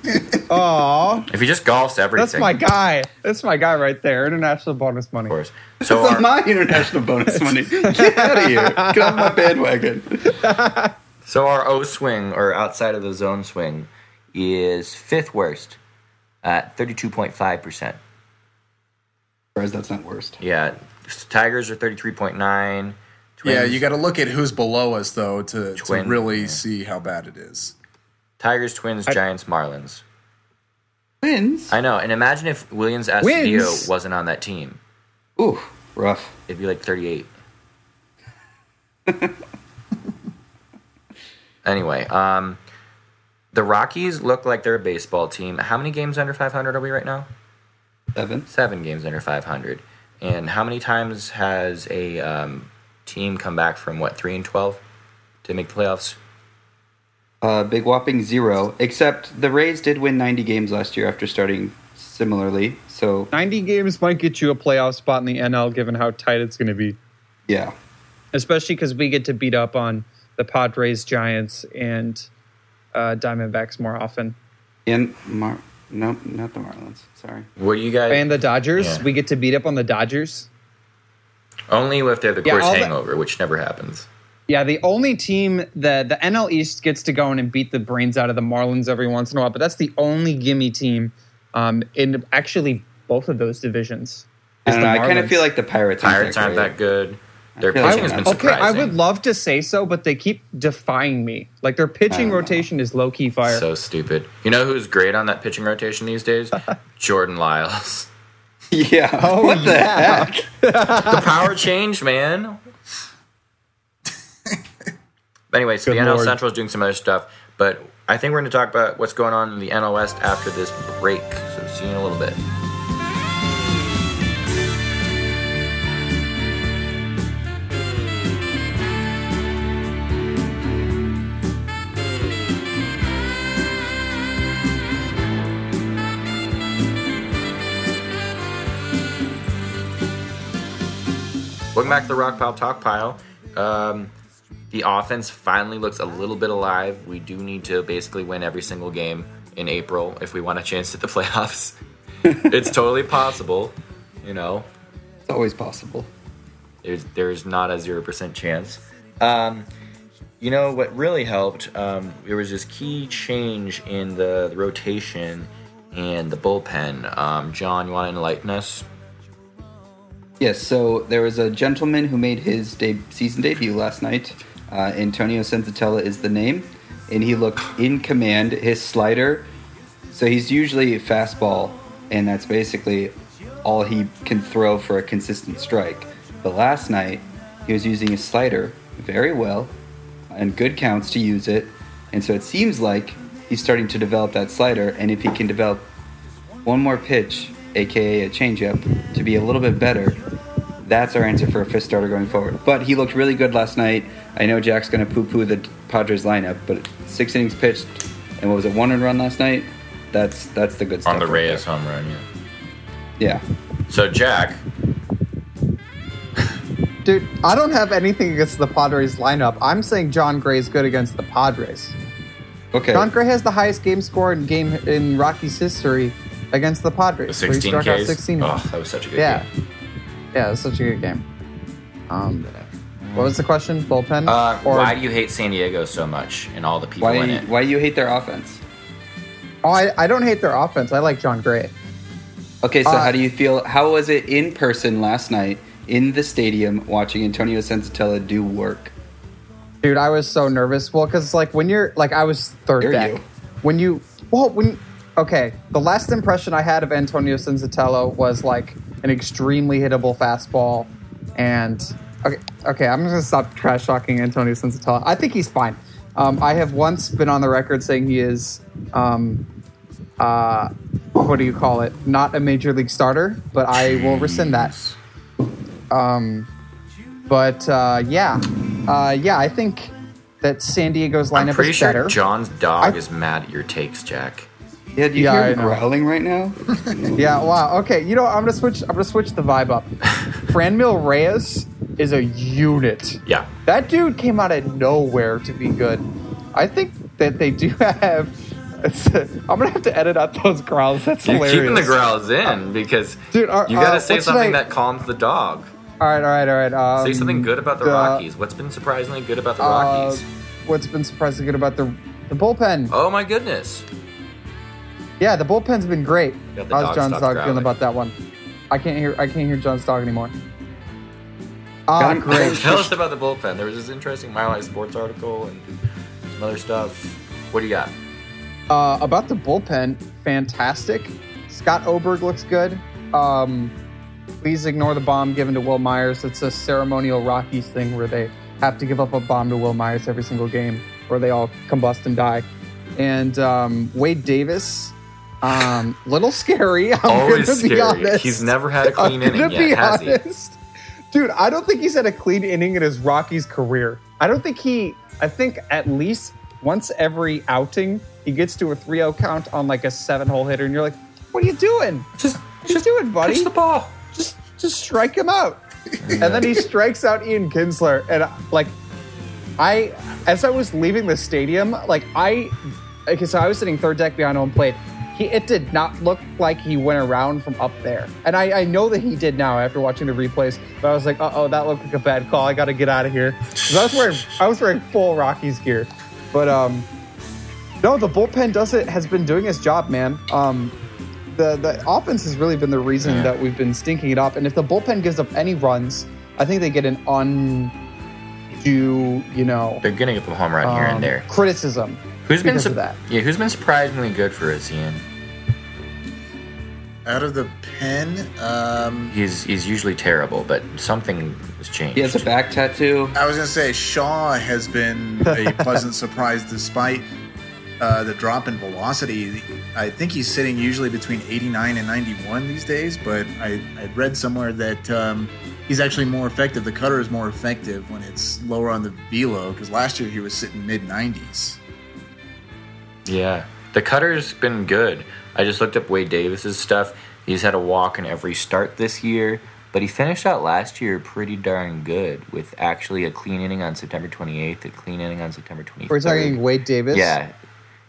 Speaker 3: Aw,
Speaker 1: If he just golfs everything,
Speaker 3: that's my guy. That's my guy right there. International bonus money.
Speaker 1: Of course. So
Speaker 2: It's
Speaker 1: our-
Speaker 2: my international bonus money. Get out of here. Get off my bandwagon.
Speaker 1: So our O swing or outside of the zone swing is fifth worst at 32.5%.
Speaker 2: Surprised that's not worst.
Speaker 1: Yeah, Tigers are 33.9. Twins,
Speaker 4: Yeah, you got to look at who's below us though to, to
Speaker 1: Twin,
Speaker 4: really
Speaker 1: yeah.
Speaker 4: see how bad it is.
Speaker 1: Tigers, Twins, Giants, Marlins.
Speaker 2: Wins.
Speaker 1: I know. And imagine if Williams
Speaker 3: Wins?
Speaker 1: Astudillo wasn't on that team.
Speaker 2: Ooh, rough.
Speaker 1: It'd be like 38. anyway, um the Rockies look like they're a baseball team. How many games under 500 are we right now?
Speaker 2: Seven.
Speaker 1: seven games under 500. And how many times has a um, team come back from what three and 12 to make the playoffs?
Speaker 2: Uh, big whopping zero. Except the Rays did win 90 games last year after starting similarly. So
Speaker 3: 90 games might get you a playoff spot in the NL given how tight it's going to be,
Speaker 2: yeah,
Speaker 3: especially because we get to beat up on the Padres, Giants, and uh, Diamondbacks more often.
Speaker 2: and Mar. No, not the Marlins. Sorry.
Speaker 1: What do you guys?
Speaker 3: And the Dodgers,
Speaker 1: Yeah.
Speaker 3: we get to beat up on the Dodgers.
Speaker 1: only if they have the
Speaker 3: Yeah,
Speaker 1: course
Speaker 3: all the-
Speaker 1: hangover, which never happens.
Speaker 3: Yeah, the only team the the NL East gets to go in and beat the brains out of the Marlins every once in a while, but that's the only gimme team
Speaker 5: um, in actually both of those divisions.
Speaker 2: I,
Speaker 5: is
Speaker 2: don't
Speaker 5: the
Speaker 2: know, I kind of
Speaker 5: Marlins.
Speaker 2: feel like the Pirates.
Speaker 1: Pirates aren't
Speaker 2: great.
Speaker 1: that good. Their
Speaker 2: feel like
Speaker 1: pitching has
Speaker 2: I'm
Speaker 1: been
Speaker 2: not.
Speaker 5: Okay,
Speaker 1: surprising.
Speaker 5: I would love to say so, but they keep defying me. Like their pitching rotation is low key fire.
Speaker 1: So stupid. You know who's great on that pitching rotation these days? Jordan Lyles.
Speaker 2: Yeah.
Speaker 5: Oh.
Speaker 2: what the
Speaker 3: yeah.
Speaker 2: heck?
Speaker 1: The power change, man. but anyway, so
Speaker 5: Good
Speaker 1: the NL
Speaker 5: lord.
Speaker 1: Central is doing some other stuff, but I think we're going to talk about what's going on in the NL West after this break. So see you in a little bit. Welcome back to the Rock Pile Talk Pile. Um, the offense finally looks a little bit alive. We do need to basically win every single game in April if we want a chance at the playoffs. it's totally possible, you know.
Speaker 2: It's always possible.
Speaker 1: There's there's not a zero percent chance. Um, you know what really helped? Um, there was this key change in the, the rotation and the bullpen. Um, John, you want to enlighten us?
Speaker 2: Yes, so there was a gentleman who made his de- season debut last night. Uh, Antonio Sensatella is the name, and he looked in command. His slider, so he's usually fastball, and that's basically all he can throw for a consistent strike. But last night, he was using his slider very well and good counts to use it, and so it seems like he's starting to develop that slider, and if he can develop one more pitch, aka a changeup, to be a little bit better. That's our answer for a fifth starter going forward. But he looked really good last night. I know Jack's going to poo-poo the Padres lineup, but six innings pitched, and what was it, one and run last night? That's that's the good stuff.
Speaker 1: On the
Speaker 2: right
Speaker 1: Reyes
Speaker 2: there.
Speaker 1: home run, yeah.
Speaker 2: Yeah.
Speaker 1: So Jack,
Speaker 3: Dude, I don't have anything against the Padres lineup. I'm saying John Gray's good against the Padres.
Speaker 2: Okay.
Speaker 3: John Gray has the highest game score in game in Rockies history against the
Speaker 1: the
Speaker 3: Padres. where he
Speaker 1: 16
Speaker 3: struck out
Speaker 1: Ks.
Speaker 3: 16
Speaker 1: oh,
Speaker 3: times.
Speaker 1: that was such a good
Speaker 3: Yeah.
Speaker 1: game.
Speaker 3: Yeah, it's such a good game. Um, what was the question? Bullpen?
Speaker 1: Uh,
Speaker 3: or,
Speaker 1: why do you hate San Diego so much and all the people
Speaker 2: Why
Speaker 1: in
Speaker 2: do you,
Speaker 1: it?
Speaker 2: why do you hate their offense?
Speaker 3: oh, I, I don't hate their offense. I like John Gray.
Speaker 2: Okay, so
Speaker 3: Uh,
Speaker 2: how do you feel? How was it in person last night in the stadium watching Antonio Sensatella do work?
Speaker 3: Dude, I was so nervous. Well, because like when you're like I was third
Speaker 2: Dare
Speaker 3: deck.
Speaker 2: you.
Speaker 3: When you well when okay, the last impression I had of Antonio Sensatello was like an extremely hittable fastball, and okay, okay, I'm gonna stop trash talking Antonio Sensatello. I think he's fine. Um, I have once been on the record saying he is, um, uh, what do you call it? Not a major league starter, but I will rescind that. Um, but uh, yeah, uh, yeah, I think that San Diego's lineup
Speaker 1: I'm pretty
Speaker 3: is
Speaker 1: sure
Speaker 3: better.
Speaker 1: John's dog
Speaker 3: I-
Speaker 1: is mad at your takes, Jack.
Speaker 2: Yeah, do you
Speaker 3: Yeah,
Speaker 2: hear
Speaker 3: I
Speaker 2: him
Speaker 3: know.
Speaker 2: growling right now?
Speaker 3: yeah, wow. Okay, you know, what? I'm gonna switch. I'm gonna switch the vibe up. Franmil Reyes is a unit.
Speaker 1: Yeah.
Speaker 3: That dude came out of nowhere to be good. I think that they do have. It's, I'm gonna have to edit out those growls. That's
Speaker 1: You're
Speaker 3: hilarious.
Speaker 1: keeping the growls in because
Speaker 3: Dude, are-
Speaker 1: you gotta
Speaker 3: uh,
Speaker 1: say
Speaker 3: what should
Speaker 1: something
Speaker 3: I-
Speaker 1: that calms the dog.
Speaker 3: All right, all right, all right. Um,
Speaker 1: Say something good about the
Speaker 3: uh,
Speaker 1: Rockies. What's been surprisingly good about the
Speaker 3: uh,
Speaker 1: Rockies?
Speaker 3: what's been surprisingly good about the the bullpen?
Speaker 1: oh my goodness.
Speaker 3: Yeah, the bullpen's been great.
Speaker 1: Got the dog
Speaker 3: How's John's
Speaker 1: stopped
Speaker 3: dog
Speaker 1: growling.
Speaker 3: feeling about that one? I can't hear. I can't hear John's dog anymore.
Speaker 2: Got
Speaker 3: Ah,
Speaker 2: him.
Speaker 3: great.
Speaker 1: Tell us about the bullpen. There was this interesting My Life Sports article and some other stuff. What do you got?
Speaker 3: Uh, about the bullpen, fantastic. Scott Oberg looks good. Um, please ignore the bomb given to Will Myers. It's a ceremonial Rockies thing where they have to give up a bomb to Will Myers every single game, or they all combust and die. And um, Wade Davis, um, little scary. I'm
Speaker 1: Always
Speaker 3: gonna be
Speaker 1: scary.
Speaker 3: honest.
Speaker 1: He's never had a clean
Speaker 3: I'm
Speaker 1: inning
Speaker 3: gonna
Speaker 1: yet,
Speaker 3: be
Speaker 1: has he?
Speaker 3: honest. Dude, I don't think he's had a clean inning in his Rockies career. I don't think he, I think at least once every outing, he gets to a 3 0 count on like a seven hole hitter, and you're like, what are you doing?
Speaker 1: Just
Speaker 3: What are you doing, buddy?
Speaker 1: pitch the ball.
Speaker 3: Just, just strike him out. and then he strikes out Ian Kinsler. And I- like, I, as I was leaving the stadium, like, I, okay, so I was sitting third deck behind home plate. He, it did not look like he went around from up there. And I, I know that he did now after watching the replays, but I was like, uh oh, that looked like a bad call. I got to get out of here. 'Cause I was wearing, I was wearing full Rockies gear. But, um, no, the bullpen does it, has been doing its job, man. Um, the the offense has really been the reason that we've been stinking it up. And if the bullpen gives up any runs, I think they get an undue, you know,
Speaker 1: They're gonna get the home run here
Speaker 3: um,
Speaker 1: and there.
Speaker 3: criticism.
Speaker 1: Who's been
Speaker 3: because
Speaker 1: sup-
Speaker 3: of that.
Speaker 1: Yeah, who's been surprisingly good for us, Ian?
Speaker 4: Out of the pen, um,
Speaker 1: He's he's usually terrible, but something has changed.
Speaker 2: He has a back tattoo.
Speaker 4: I was gonna say Shaw has been a pleasant surprise despite uh, the drop in velocity. I think he's sitting usually between 89 and 91 these days, but I, I read somewhere that um, he's actually more effective. The cutter is more effective when it's lower on the velo because last year he was sitting mid 90s.
Speaker 1: Yeah, the cutter's been good. I just looked up Wade Davis's stuff. He's had a walk in every start this year, but he finished out last year pretty darn good with actually a clean inning on September 28th, a clean inning on September 23rd.
Speaker 3: We're talking Wade Davis.
Speaker 1: Yeah,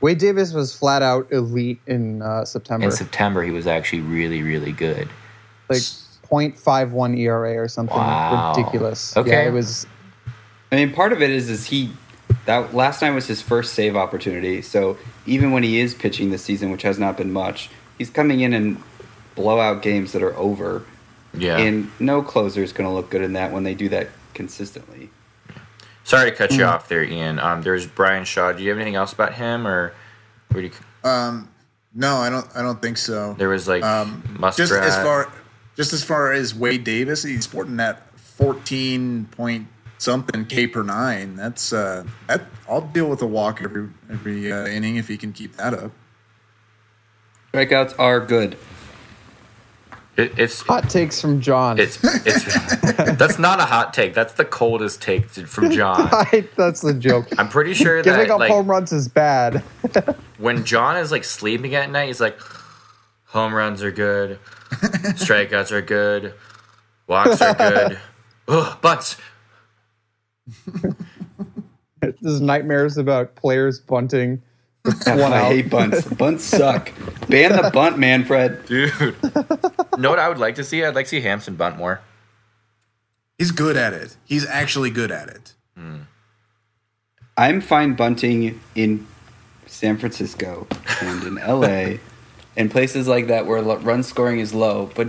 Speaker 3: Wade Davis was flat out elite in uh, September,
Speaker 1: in September he was actually really really good.
Speaker 3: like 0.51 ERA E or something
Speaker 1: Wow.
Speaker 3: ridiculous.
Speaker 1: Okay.
Speaker 3: yeah, it was
Speaker 2: I mean, part of it is is he that last night was his first save opportunity. So even when he is pitching this season, which has not been much, he's coming in and blowout games that are over,
Speaker 1: Yeah.
Speaker 2: and no closer is going to look good in that when they do that consistently.
Speaker 1: Sorry to cut you off there, Ian. Um, there's Brian Shaw. Do you have anything else about him, or where do you,
Speaker 4: Um, no, I don't. I don't think so.
Speaker 1: there was like
Speaker 4: Um,
Speaker 1: Muskrat?
Speaker 4: just as far just as far as Wade Davis, he's sporting that fourteen point something K per nine. That's uh, that I'll deal with a walk every every uh, inning if he can keep that up.
Speaker 2: Strikeouts are good.
Speaker 1: It- it's
Speaker 3: hot takes from John.
Speaker 1: it's it's that's not a hot take. That's the coldest take to- from John.
Speaker 3: That's the joke.
Speaker 1: I'm pretty sure
Speaker 3: Giving
Speaker 1: that
Speaker 3: up
Speaker 1: like
Speaker 3: home runs is bad.
Speaker 1: when John is like sleeping at night, he's like, home runs are good, strikeouts are good, walks are good, ugh, bunts.
Speaker 3: There's nightmares about players bunting.
Speaker 2: One, I hate bunts. bunts suck. Ban the bunt, Manfred.
Speaker 1: dude. know what I would like to see? I'd like to see Hampson bunt more.
Speaker 4: He's good at it. He's actually good at it.
Speaker 2: I'm fine bunting in San Francisco and in LA and places like that where lo- run scoring is low. But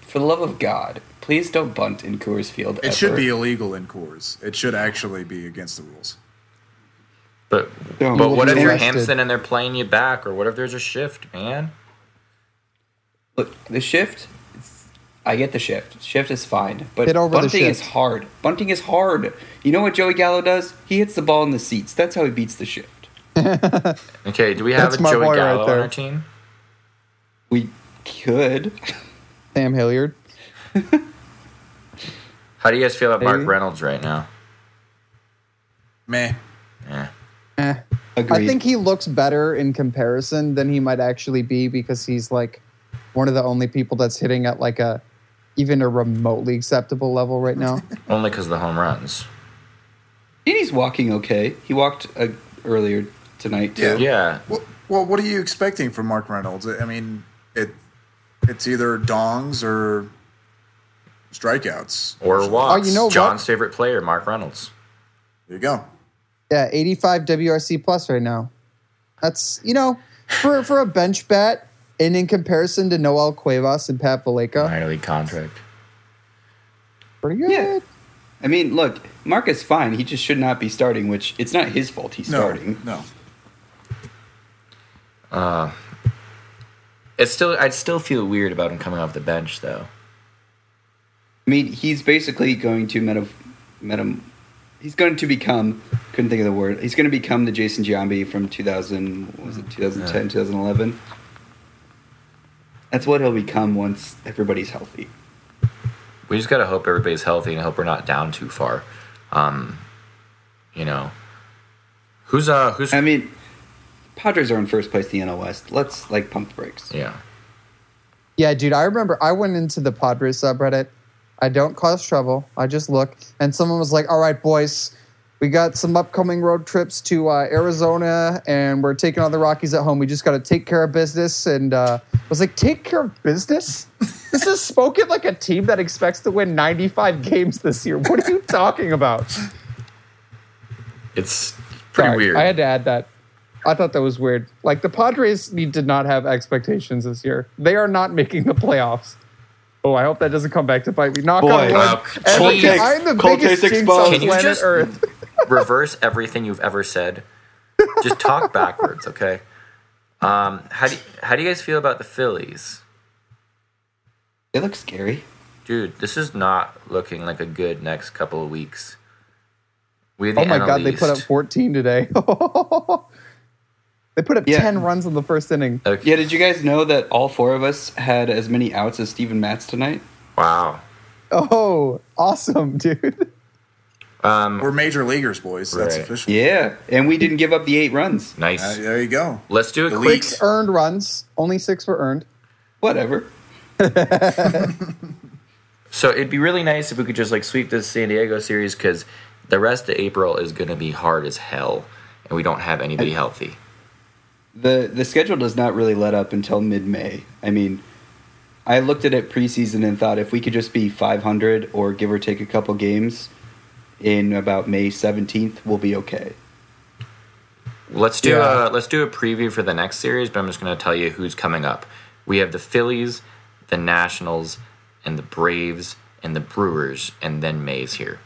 Speaker 2: for the love of God, please don't bunt in Coors Field.
Speaker 4: It should be illegal in Coors. It should actually be against the rules.
Speaker 1: But
Speaker 2: Don't.
Speaker 1: but
Speaker 2: We'll
Speaker 1: what
Speaker 3: be
Speaker 1: if you're
Speaker 3: arrested.
Speaker 1: Hampson and they're playing you back, or what if there's a shift, man?
Speaker 2: Look, the shift. it's- I get the shift. Shift is fine, but
Speaker 3: Hit over the
Speaker 2: bunting is
Speaker 3: shift.
Speaker 2: hard. Bunting is hard. You know what Joey Gallo does? He hits the ball in the seats. That's how he beats the shift.
Speaker 1: Okay, do we have
Speaker 3: That's
Speaker 1: a
Speaker 3: my
Speaker 1: Joey
Speaker 3: boy right
Speaker 1: Gallo on
Speaker 3: there.
Speaker 1: our team?
Speaker 2: We could.
Speaker 3: Sam Hilliard.
Speaker 1: How do you guys feel about
Speaker 3: Maybe.
Speaker 1: Mark Reynolds right now?
Speaker 4: Meh.
Speaker 1: Yeah.
Speaker 3: Eh.
Speaker 2: Agreed.
Speaker 3: I think he looks better in comparison than he might actually be because he's like one of the only people that's hitting at like a even a remotely acceptable level right now.
Speaker 1: Only because of the home runs.
Speaker 2: and he's walking okay. He walked uh, earlier tonight too.
Speaker 4: Yeah.
Speaker 1: Yeah,
Speaker 4: Well, well, what are you expecting from Mark Reynolds? I mean, it it's either dongs or strikeouts.
Speaker 1: or walks.
Speaker 3: Oh, you know what?
Speaker 1: John's favorite player, Mark Reynolds.
Speaker 4: There you go.
Speaker 3: yeah, 85 WRC plus right now. That's you know for for a bench bat and in comparison to Noel Cuevas and Pat Valleca,
Speaker 1: Minor league contract.
Speaker 3: pretty good.
Speaker 2: Yeah. I mean, look, Mark is fine. He just should not be starting, which it's not his fault he's
Speaker 4: No,
Speaker 2: starting.
Speaker 4: no.
Speaker 1: It's still I'd still feel weird about him coming off the bench though.
Speaker 2: I mean, he's basically going to meta, meta, he's going to become, couldn't think of the word, he's going to become the Jason Giambi from 2000, what was it 2010, 2011? That's what he'll become once everybody's healthy.
Speaker 1: We just gotta hope everybody's healthy and hope we're not down too far. Um, you know, who's uh who's
Speaker 2: I mean, Padres are in first place in the NL West. Let's, like, pump the brakes.
Speaker 1: yeah
Speaker 3: Yeah, dude, I remember I went into the Padres subreddit. I don't cause trouble. I just look, and someone was like, "All right, boys, we got some upcoming road trips to uh, Arizona, and we're taking on the Rockies at home. We just got to take care of business." And uh, I was like, "Take care of business? This is spoken like a team that expects to win 95 games this year. What are you talking about?"
Speaker 1: it's pretty
Speaker 3: Sorry,
Speaker 1: weird.
Speaker 3: I had to add that. I thought that was weird. Like the Padres need to not have expectations this year. They are not making the playoffs. Oh, I hope that doesn't come back to bite me. Knock
Speaker 6: Boy.
Speaker 3: on wood.
Speaker 1: Wow.
Speaker 3: Every-
Speaker 1: Cold takes-
Speaker 3: I'm the
Speaker 6: cold
Speaker 3: biggest
Speaker 6: takes
Speaker 3: jinx
Speaker 6: exposed.
Speaker 3: on
Speaker 1: Can you
Speaker 3: planet
Speaker 1: just-
Speaker 3: Earth.
Speaker 1: Reverse everything you've ever said. Just talk backwards, okay? Um, how do how do you guys feel about the Phillies,
Speaker 2: They look scary.
Speaker 1: dude? This is not looking like a good next couple of weeks. We the
Speaker 3: Oh my god, they put up
Speaker 1: NL East.
Speaker 3: 14 today. they put up
Speaker 2: Yeah.
Speaker 3: 10 runs in the first inning.
Speaker 1: Okay.
Speaker 2: Yeah, did you guys know that all four of us had as many outs as Steven Matz tonight?
Speaker 1: Wow.
Speaker 3: Oh, awesome, dude.
Speaker 1: Um,
Speaker 4: We're major leaguers, boys. That's
Speaker 1: Right.
Speaker 4: official.
Speaker 2: Yeah, and we didn't give up the eight runs.
Speaker 1: nice.
Speaker 4: Uh, there you go.
Speaker 1: Let's do a
Speaker 4: The
Speaker 1: quick.
Speaker 4: league-
Speaker 3: Six earned runs. Only six were earned.
Speaker 2: Whatever.
Speaker 1: So it'd be really nice if we could just like sweep this San Diego series because the rest of April is going to be hard as hell, and we don't have anybody healthy.
Speaker 2: the The schedule does not really let up until mid May. I mean, I looked at it preseason and thought if we could just be 500 or give or take a couple games in about May 17th, we'll be okay.
Speaker 1: Let's do a
Speaker 3: Yeah.
Speaker 1: let's do a preview for the next series, but I'm just going to tell you who's coming up. We have the Phillies, the Nationals, and the Braves and the Brewers, and then Mays here.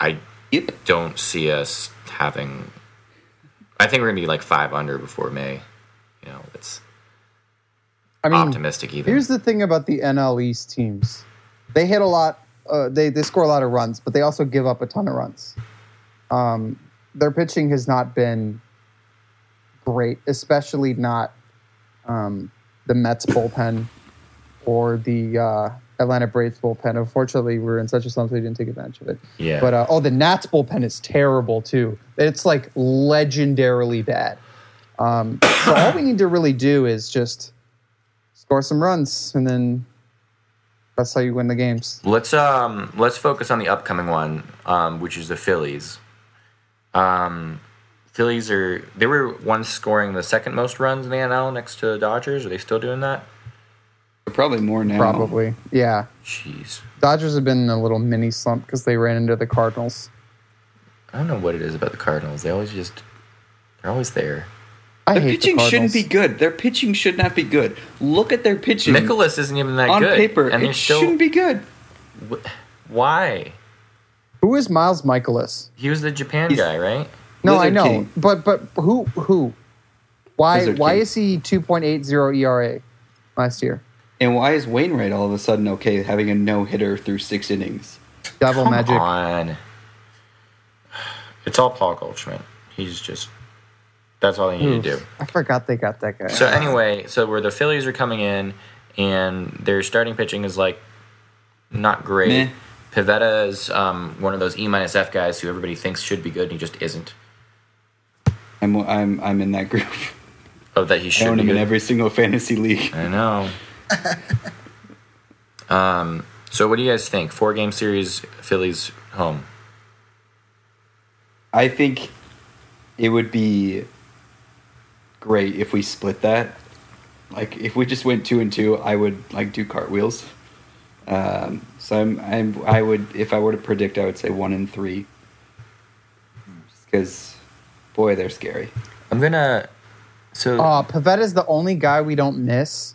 Speaker 1: I
Speaker 2: Yep.
Speaker 1: don't see us having. I think we're going to be like five under before May. You know, it's
Speaker 3: I mean,
Speaker 1: optimistic even.
Speaker 3: Here's the thing about the NL East teams. They hit a lot. Uh, they they score a lot of runs, but they also give up a ton of runs. Um, their pitching has not been great, especially not um, the Mets bullpen or the uh, Atlanta Braves bullpen. Unfortunately, we were in such a slump that we didn't take advantage of it.
Speaker 1: yeah.
Speaker 3: But uh, oh, the Nats bullpen is terrible too. It's like legendarily bad. Um, so all we need to really do is just score some runs, and then that's how you win the games.
Speaker 1: Let's um let's focus on the upcoming one, um, which is the Phillies. Um, Phillies are they were once scoring the second most runs in the NL next to the Dodgers. Are they still doing that?
Speaker 2: Probably more now.
Speaker 3: Probably, yeah.
Speaker 1: Jeez,
Speaker 3: Dodgers have been in a little mini slump because they ran into the Cardinals.
Speaker 1: I don't know what it is about the Cardinals. They always just they're always there.
Speaker 3: I
Speaker 2: Their
Speaker 3: hate
Speaker 2: pitching
Speaker 3: the Cardinals.
Speaker 2: shouldn't be good. Their pitching should not be good. Look at their pitching
Speaker 1: Nicholas isn't even that
Speaker 2: on
Speaker 1: good
Speaker 2: paper.
Speaker 1: and
Speaker 2: it
Speaker 1: they're still
Speaker 2: shouldn't be good.
Speaker 1: why
Speaker 3: Who is Miles Michaelis?
Speaker 1: he was the Japan
Speaker 2: He's-
Speaker 1: guy, right?
Speaker 3: No,
Speaker 2: Lizard
Speaker 3: I know,
Speaker 2: King.
Speaker 3: but but who who? Why
Speaker 2: Lizard
Speaker 3: why
Speaker 2: King.
Speaker 3: is he two point eight zero ERA last year?
Speaker 2: And why is Wainwright all of a sudden okay having a no hitter through six innings?
Speaker 3: Double
Speaker 1: Come
Speaker 3: magic.
Speaker 1: on. It's all Paul Goldschmidt. He's just that's all they need
Speaker 2: Hmm.
Speaker 1: to do.
Speaker 3: I forgot they got that guy.
Speaker 1: So anyway, so where the Phillies are coming in, and their starting pitching is like not great.
Speaker 2: Meh.
Speaker 1: Pivetta is um, one of those E minus F guys who everybody thinks should be good and he just isn't.
Speaker 2: I'm I'm I'm in that group.
Speaker 1: Oh, that he
Speaker 2: I
Speaker 1: should
Speaker 2: own
Speaker 1: be
Speaker 2: him in
Speaker 1: good.
Speaker 2: every single fantasy league.
Speaker 1: I know. um. So what do you guys think? Four game series, Phillies home.
Speaker 2: I think it would be great if we split that. Like if we just went two and two, I would like do cartwheels. Um, so I'm, I'm I would if I were to predict, I would say one and three. Because, boy, they're scary.
Speaker 1: I'm gonna. So
Speaker 3: Oh, Pavetta's the only guy we don't miss,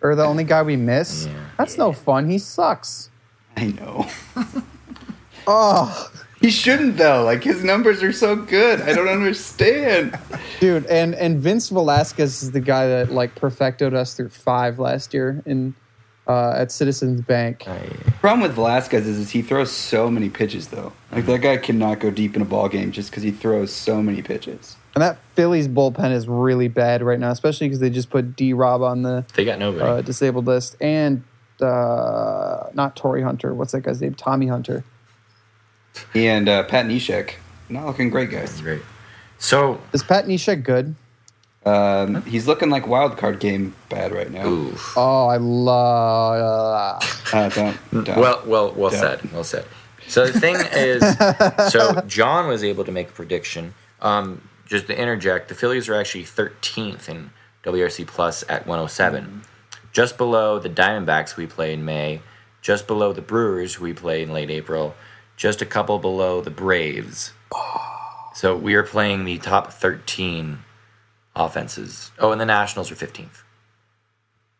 Speaker 3: or the only guy we miss.
Speaker 1: Yeah.
Speaker 3: That's no fun. He sucks.
Speaker 2: I know.
Speaker 3: Oh,
Speaker 2: He shouldn't though. Like his numbers are so good. I don't understand.
Speaker 3: dude, and and Vince Velasquez is the guy that like perfected us through five last year in uh, at Citizens Bank.
Speaker 1: I-
Speaker 2: Problem with Velasquez is, is he throws so many pitches though. Like that guy cannot go deep in a ball game just because he throws so many pitches.
Speaker 3: And that Phillies bullpen is really bad right now, especially because they just put D Rob on the
Speaker 1: they got nobody.
Speaker 3: uh, disabled list and uh, not Tory Hunter. What's that guy's name? Tommy Hunter.
Speaker 2: He and uh, Pat Neshek, not looking great guys.
Speaker 1: Great. So
Speaker 3: Is Pat Neshek good?
Speaker 2: Um, he's looking like wild card game bad right now.
Speaker 1: oof.
Speaker 3: Oh, I love.
Speaker 2: Uh, don't, don't.
Speaker 1: Well, well, well
Speaker 2: Yeah.
Speaker 1: said. Well said. So the thing is, so John was able to make a prediction. Um, just to interject, the Phillies are actually 13th in WRC Plus at 107, just below the Diamondbacks we play in May, just below the Brewers who we play in late April, just a couple below the Braves. So we are playing the top 13 offenses. Oh, and the Nationals are 15th.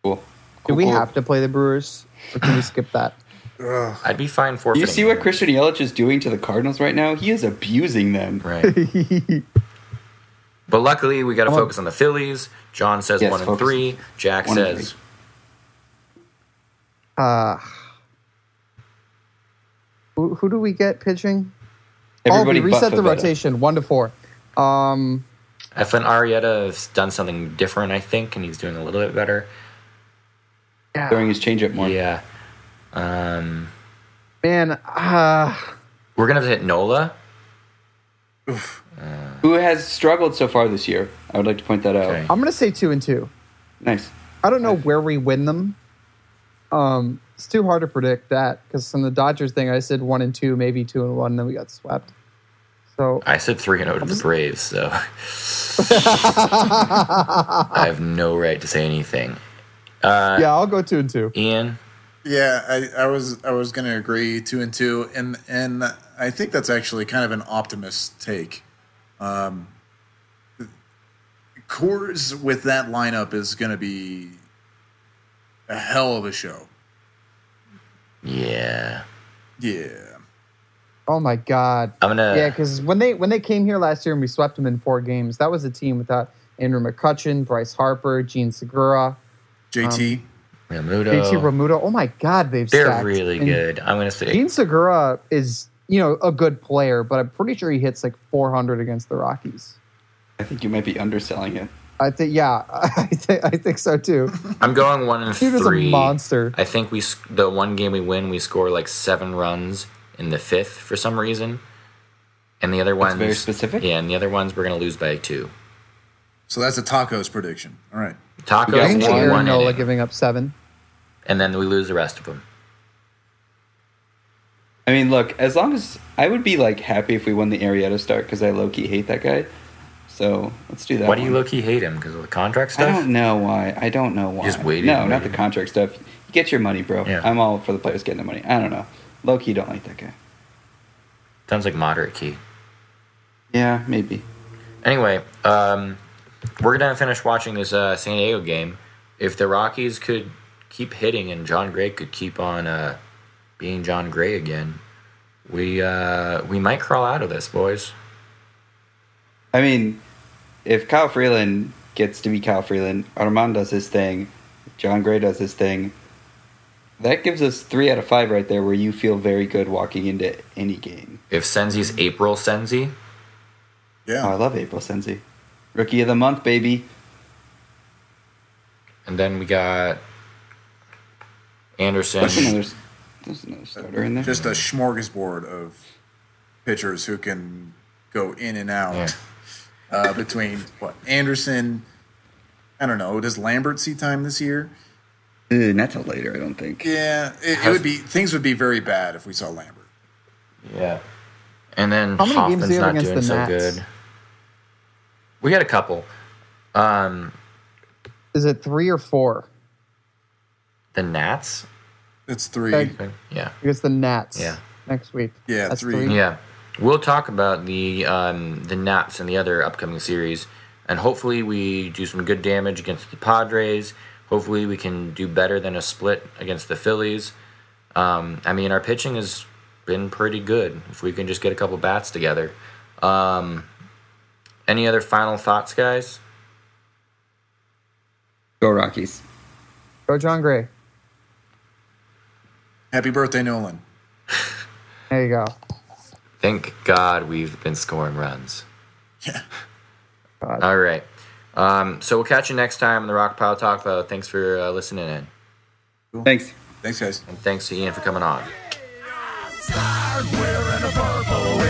Speaker 2: Cool.
Speaker 3: Do we
Speaker 2: Cool.
Speaker 3: have to play the Brewers, or can we skip that?
Speaker 4: Ugh.
Speaker 1: I'd be fine for
Speaker 2: You see what Christian Yelich is doing to the Cardinals right now? He is abusing them.
Speaker 1: Right. But luckily, we got to
Speaker 3: Come on.
Speaker 1: focus on the Phillies. John says
Speaker 2: Yes,
Speaker 1: one and
Speaker 2: focus.
Speaker 1: three. Jack
Speaker 2: One and
Speaker 1: says
Speaker 2: three.
Speaker 3: Uh, who, who do we get pitching?
Speaker 2: Everybody
Speaker 3: oh,
Speaker 2: but
Speaker 3: we reset the
Speaker 2: Pavetta.
Speaker 3: rotation one to four. Um,
Speaker 1: Eflin Arietta has done something different, I think, and he's doing a little bit better.
Speaker 2: Throwing his changeup more.
Speaker 1: Yeah. Um,
Speaker 3: man, uh,
Speaker 1: we're gonna have to hit Nola.
Speaker 2: Who has struggled so far this year? I would like to point that out.
Speaker 1: Okay.
Speaker 3: I'm gonna say two and two.
Speaker 2: Nice.
Speaker 3: I don't know where we win them. Um, it's too hard to predict that because from the Dodgers thing, I said one and two, maybe two and one, then we got swept. So
Speaker 1: I said three and zero to the Braves, so I have no right to say anything. Uh,
Speaker 3: yeah, I'll go two and two.
Speaker 1: Ian,
Speaker 4: Yeah, I, I was I was gonna agree two and two, and and I think that's actually kind of an optimist take. Um, Coors with that lineup is gonna be a hell of a show.
Speaker 1: yeah,
Speaker 4: Yeah,
Speaker 3: Oh my god.
Speaker 1: I'm gonna.
Speaker 3: Yeah, because when they when they came here last year and we swept them in four games, that was a team without Andrew McCutcheon, Bryce Harper, Gene Segura,
Speaker 4: JT.
Speaker 1: Ramuto,
Speaker 3: JT Ramuto. Oh my God, they've
Speaker 1: they're
Speaker 3: stacked.
Speaker 1: really
Speaker 3: And
Speaker 1: good. I'm gonna say
Speaker 3: Gene Segura is you know a good player, but I'm pretty sure he hits like 400 against the Rockies.
Speaker 2: I think you might be underselling it.
Speaker 3: I think yeah, I think I think so too.
Speaker 1: I'm going one and
Speaker 3: Dude is a
Speaker 1: three.
Speaker 3: monster.
Speaker 1: I think we sc- the one game we win, we score like seven runs in the fifth for some reason, and the other ones
Speaker 2: very specific.
Speaker 1: Yeah, and the other ones we're gonna lose by two.
Speaker 4: So that's a tacos prediction. All right.
Speaker 1: Tacos
Speaker 2: Yeah,
Speaker 3: I
Speaker 1: one,
Speaker 3: think
Speaker 2: one
Speaker 3: Aaron
Speaker 1: one
Speaker 3: Nola
Speaker 1: inning,
Speaker 3: giving up seven.
Speaker 1: and then we lose the rest of them.
Speaker 2: I mean, look, as long as I would be like happy if we won the Arietta start because I low key hate that guy. So let's do that.
Speaker 1: Why do you
Speaker 2: one.
Speaker 1: low key hate him? Because of the contract
Speaker 2: I
Speaker 1: stuff.
Speaker 2: don't know why. I don't know why.
Speaker 1: just waited
Speaker 2: No,
Speaker 1: and
Speaker 2: not the
Speaker 1: waited.
Speaker 2: contract stuff. You get your money, bro.
Speaker 1: Yeah.
Speaker 2: I'm all for the players getting the money. I don't know. Low key, don't like that guy.
Speaker 1: Sounds like moderate key.
Speaker 2: Yeah, maybe.
Speaker 1: Anyway, um, we're gonna finish watching this uh, San Diego game. If the Rockies could keep hitting and John Gray could keep on uh, being John Gray again, we uh, we might crawl out of this, boys.
Speaker 2: I mean, if Kyle Freeland gets to be Kyle Freeland, Armand does his thing, John Gray does his thing. That gives us three out of five right there, where you feel very good walking into any game.
Speaker 1: If Senzi's April Senzi,
Speaker 4: Yeah.
Speaker 2: Oh, I love April Sensi, rookie of the month, baby.
Speaker 1: and then we got
Speaker 2: That's another.
Speaker 1: Anderson.
Speaker 2: There's another starter in there.
Speaker 4: Just a smorgasbord of pitchers who can go in and out
Speaker 1: Yeah.
Speaker 4: uh, between what Anderson. I don't know. Does Lambert see time this year?
Speaker 2: Ooh, not till later, I don't think.
Speaker 4: Yeah, it, it
Speaker 1: Has-
Speaker 4: would be things would be very bad if we saw Lambert.
Speaker 1: Yeah. And then
Speaker 3: How many games do
Speaker 1: Hoffman's
Speaker 3: you have
Speaker 1: not doing
Speaker 3: against the
Speaker 1: so
Speaker 3: Nats?
Speaker 1: good. We got a couple. Um,
Speaker 3: Is it three or four
Speaker 1: the Nats.
Speaker 4: It's three.
Speaker 3: Okay.
Speaker 1: Yeah.
Speaker 3: against the Nats?
Speaker 1: Yeah.
Speaker 3: next week.
Speaker 4: Yeah,
Speaker 3: That's
Speaker 4: three.
Speaker 1: Yeah, we'll talk about the um, the Nats and the other upcoming series, and hopefully we do some good damage against the Padres. Hopefully we can do better than a split against the Phillies. Um, I mean, our pitching has been pretty good. If we can just get a couple bats together. Um, any other final thoughts, guys?
Speaker 2: Go Rockies.
Speaker 3: Go John Gray.
Speaker 4: Happy birthday, Nolan.
Speaker 3: There you go.
Speaker 1: Thank God we've been scoring runs.
Speaker 4: Yeah.
Speaker 3: God.
Speaker 1: All right. Um, so we'll catch you next time on the Rock Pile Talk. Though. Thanks for uh, listening in.
Speaker 2: Thanks.
Speaker 4: Thanks, guys.
Speaker 1: And thanks to Ian for coming on.
Speaker 7: Start wearing a purple